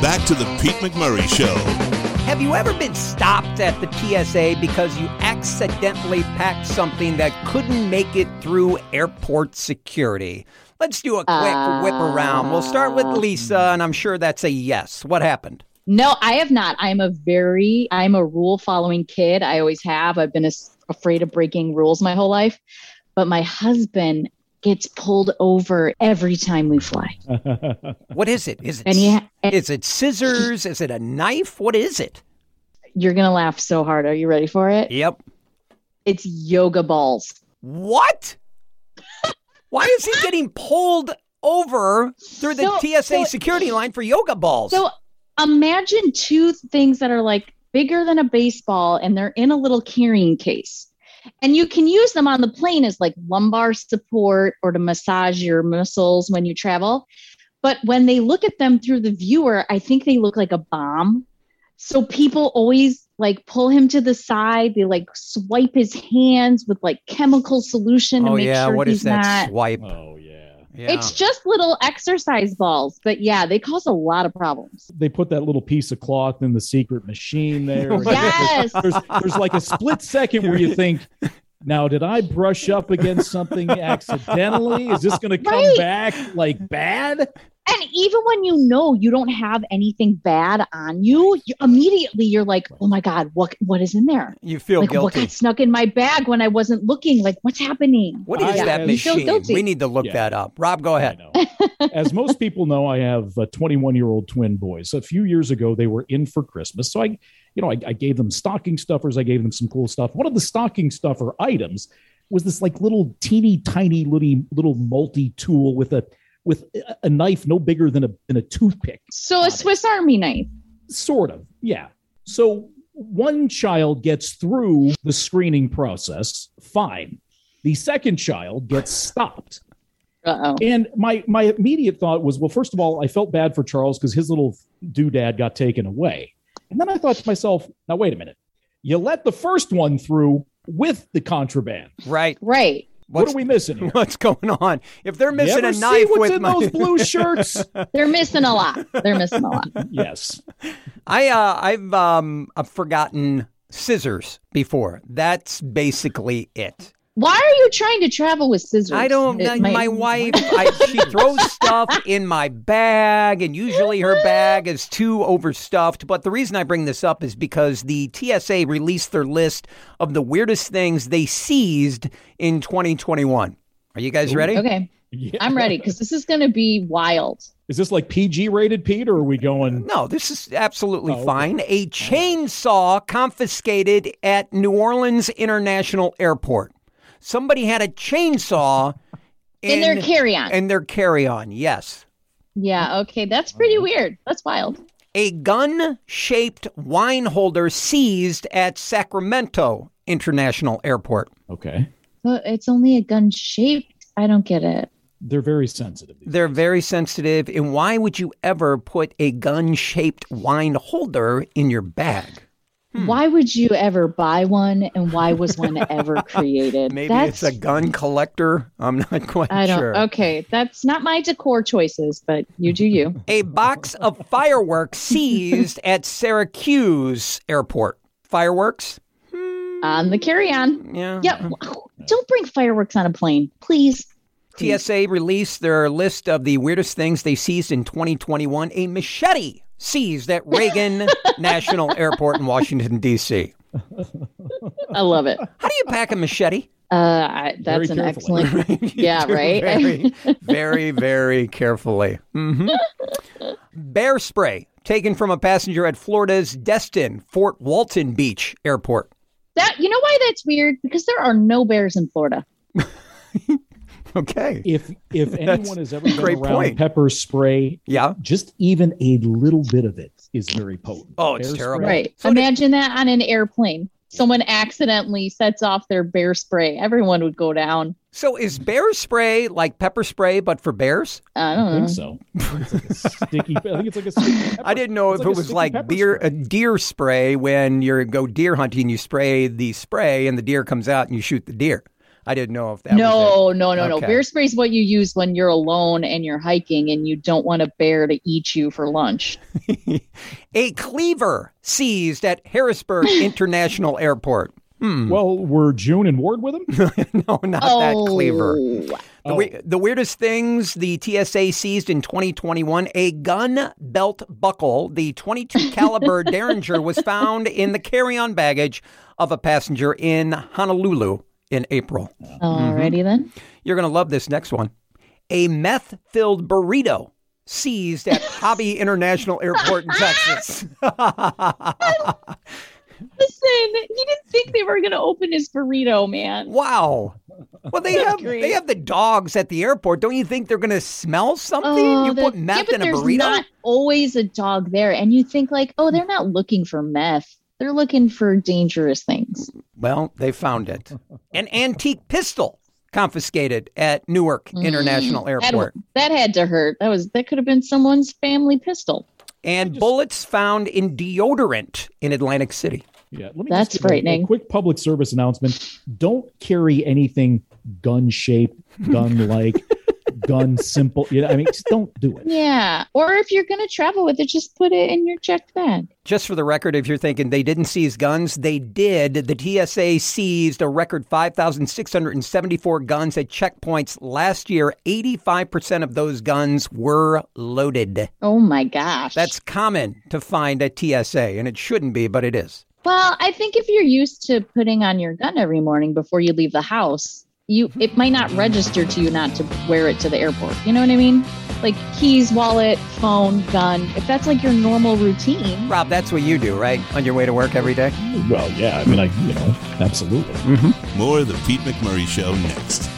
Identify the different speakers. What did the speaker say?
Speaker 1: back to the Pete McMurray Show.
Speaker 2: Have you ever been stopped at the TSA because you accidentally packed something that couldn't make it through airport security? Let's do a quick
Speaker 3: Uh,
Speaker 2: whip around. We'll start with Lisa, and I'm sure that's a yes. What happened?
Speaker 3: No, I have not. I am a very, I'm a rule following kid. I always have. I've been as afraid of breaking rules my whole life. But my husband gets pulled over every time we fly.
Speaker 2: What is it? Is it
Speaker 3: And he, ha- and
Speaker 2: is it scissors? Is it a knife? What is it?
Speaker 3: you're going to laugh so hard. Are you ready for it?
Speaker 2: Yep.
Speaker 3: It's yoga balls.
Speaker 2: What? Why is he getting pulled over through the
Speaker 3: So-
Speaker 2: TSA
Speaker 3: so-
Speaker 2: security line for yoga balls?
Speaker 3: So imagine two things that are like bigger than a baseball and they're in a little carrying case. And you can use them on the plane as like lumbar support or to massage your muscles when you travel. But when they look at them through the viewer, I think they look like a bomb. So people always like pull him to the side. They like swipe his hands with like chemical solution to
Speaker 2: oh
Speaker 3: make
Speaker 2: yeah,
Speaker 3: sure
Speaker 2: what
Speaker 3: he's
Speaker 2: is that
Speaker 3: not.
Speaker 2: swipe?
Speaker 4: Oh yeah.
Speaker 2: Yeah.
Speaker 3: It's just little exercise balls, but yeah, they cause a lot of problems.
Speaker 4: They put that little piece of cloth in the secret machine there.
Speaker 3: Yes.
Speaker 4: There's there's like a split second where you think, now did I brush up against something accidentally? Is this gonna come
Speaker 3: Right.
Speaker 4: back like bad?
Speaker 3: And even when you know you don't have anything bad on you, you immediately you're like, "Oh my god, what what is in there?
Speaker 2: you feel
Speaker 3: like what
Speaker 2: guilty.
Speaker 3: got snuck in my bag when I wasn't looking? Like what's happening?"
Speaker 2: What is
Speaker 4: I
Speaker 2: that
Speaker 4: am-
Speaker 3: You feel
Speaker 2: machine?
Speaker 3: guilty.
Speaker 2: We need to look
Speaker 4: Yeah.
Speaker 2: that up. Rob, go ahead.
Speaker 4: I know. As most people know, I have uh, 21 year old twin boys. A few years ago, they were in for Christmas. So I, you know, I, I gave them stocking stuffers. I gave them some cool stuff. One of the stocking stuffer items was this like little teeny tiny little, little multi tool with a, with a- a knife no bigger than a, than a toothpick
Speaker 3: So a Swiss Army knife.
Speaker 4: sort of yeah so one child gets through the screening process fine the second child gets stopped
Speaker 3: Uh-oh.
Speaker 4: and my my immediate thought was, well, first of all, I felt bad for Charles because his little doodad got taken away. And then I thought to myself, now wait a minute. You let the first one through with the contraband.
Speaker 2: Right.
Speaker 3: Right.
Speaker 4: What
Speaker 2: What's,
Speaker 4: are we missing here?
Speaker 2: what's going on? If they're
Speaker 4: You
Speaker 2: missing
Speaker 4: ever
Speaker 2: a
Speaker 4: see
Speaker 2: knife
Speaker 4: what's
Speaker 2: with
Speaker 4: in
Speaker 2: my
Speaker 4: those blue shirts?
Speaker 3: They're missing a lot. They're missing a lot.
Speaker 4: yes.
Speaker 2: I uh, I've um I've forgotten scissors before. That's basically it.
Speaker 3: Why are you trying to travel with scissors?
Speaker 2: I don't.
Speaker 3: It
Speaker 2: My,
Speaker 3: might-
Speaker 2: my wife, I, she throws stuff in my bag, and usually her bag is too overstuffed. But the reason I bring this up is because the TSA released their list of the weirdest things they seized in 2021. Are you guys ready?
Speaker 3: Okay.
Speaker 4: Yeah.
Speaker 3: I'm ready cuz this is going to be wild.
Speaker 4: Is this like PG rated, Pete, or are we going?
Speaker 2: No, this is absolutely
Speaker 4: Oh, okay.
Speaker 2: fine. A chainsaw confiscated at New Orleans International Airport. Somebody had a chainsaw
Speaker 3: In, their carry-on.
Speaker 2: in their carry-on. Yes.
Speaker 3: yeah, okay. That's pretty
Speaker 2: Uh-huh.
Speaker 3: weird. That's wild.
Speaker 2: A gun shaped wine holder seized at Sacramento International Airport.
Speaker 4: Okay.
Speaker 3: So it's only a gun shaped. I don't get it.
Speaker 4: They're very sensitive.
Speaker 2: They're very sensitive, and why would you ever put a gun shaped wine holder in your bag? Hmm.
Speaker 3: Why would you ever buy one and why was one ever created?
Speaker 2: Maybe
Speaker 3: that's,
Speaker 2: it's a gun collector. I'm not quite
Speaker 3: I don't
Speaker 2: sure.
Speaker 3: okay. That's not my decor choices, but you do you.
Speaker 2: A box of fireworks seized at Syracuse Airport. Fireworks?
Speaker 3: On the carry on.
Speaker 2: Yeah.
Speaker 3: Yeah. Don't bring fireworks on a plane, please.
Speaker 2: TSA released their list of the weirdest things they seized in 2021. A machete seized at Reagan National Airport in Washington, D.C.
Speaker 3: I love it.
Speaker 2: How do you pack a machete?
Speaker 3: Uh, I,
Speaker 4: Very
Speaker 3: that's an
Speaker 4: carefully.
Speaker 3: excellent. Yeah,
Speaker 2: You do
Speaker 3: right?
Speaker 2: Very, very, very carefully. hmm Bear spray taken from a passenger at Florida's Destin Fort Walton Beach Airport.
Speaker 3: That you know why that's weird because there are no bears in Florida.
Speaker 2: Okay.
Speaker 4: If if anyone has ever been
Speaker 2: great
Speaker 4: around
Speaker 2: point.
Speaker 4: pepper spray,
Speaker 2: Yeah.
Speaker 4: just even a little bit of it is very potent.
Speaker 2: Oh, it's
Speaker 4: Bear spray.
Speaker 2: terrible.
Speaker 3: Right.
Speaker 2: So did-
Speaker 3: Imagine that on an airplane. Someone accidentally sets off their bear spray. Everyone would go down.
Speaker 2: So is bear spray like pepper spray but for bears?
Speaker 3: I
Speaker 4: I
Speaker 3: don't know.
Speaker 4: think so. It's like a sticky. I think it's like a. Sticky
Speaker 2: I didn't know
Speaker 4: It's
Speaker 2: if
Speaker 4: like
Speaker 2: it
Speaker 4: a
Speaker 2: was
Speaker 4: sticky
Speaker 2: like
Speaker 4: pepper
Speaker 2: deer
Speaker 4: spray.
Speaker 2: a deer spray when you go deer hunting, you spray the spray and the deer comes out and you shoot the deer. I didn't know if that was
Speaker 3: No, no, no, no.
Speaker 2: Okay.
Speaker 3: Bear spray is what you use when you're alone and you're hiking and you don't want a bear to eat you for lunch.
Speaker 2: it. a cleaver seized at Harrisburg International Airport. Hmm.
Speaker 4: Well, were June and Ward with him?
Speaker 2: no, not that cleaver. The,
Speaker 4: Oh.
Speaker 2: we- the weirdest things the TSA seized in 2021 a gun belt buckle, the 22 caliber Derringer, was found in the carry on baggage of a passenger in Honolulu in April.
Speaker 3: Alrighty then.
Speaker 2: You're going to love this next one. A meth filled burrito seized at Hobby International Airport in Texas.
Speaker 3: Listen, you didn't think they were gonna open his burrito, man.
Speaker 2: wow. Well, they have
Speaker 3: Agreed.
Speaker 2: they have the dogs at the airport. Don't you think they're going to smell something? you
Speaker 3: Oh, the-
Speaker 2: put
Speaker 3: yeah,
Speaker 2: meth
Speaker 3: but
Speaker 2: in a
Speaker 3: there's
Speaker 2: burrito?
Speaker 3: not always a dog there, and you think like, oh, they're not looking for meth. They're looking for dangerous things.
Speaker 2: Well, they found it. An antique pistol confiscated at Newark International
Speaker 3: That-
Speaker 2: Airport.
Speaker 3: That, had to hurt. That was that could have been someone's family pistol.
Speaker 2: And bullets found in deodorant in Atlantic City.
Speaker 4: Yeah, let me
Speaker 3: That's
Speaker 4: just give a-
Speaker 3: frightening.
Speaker 4: A quick public service announcement: Don't carry anything gun-shaped, gun-like, gun simple. You know, I mean, just don't do it.
Speaker 3: Yeah. Or if you're gonna travel with it, just put it in your checked bag.
Speaker 2: Just for the record, if you're thinking they didn't seize guns, they did. The TSA seized a record 5,674 guns at checkpoints last year. 85% of those guns were loaded.
Speaker 3: Oh my gosh.
Speaker 2: That's common to find at TSA, and it shouldn't be, but it is.
Speaker 3: well, I think if you're used to putting on your gun every morning before you leave the house, you it might not register to you not to wear it to the airport. You know what I mean? Like keys, wallet, phone, gun. If that's like your normal routine,
Speaker 2: Rob, that's what you do, right? On your way to work every day?
Speaker 4: Well, yeah, I mean, I you know, absolutely.
Speaker 1: More of the Pete McMurray Show next.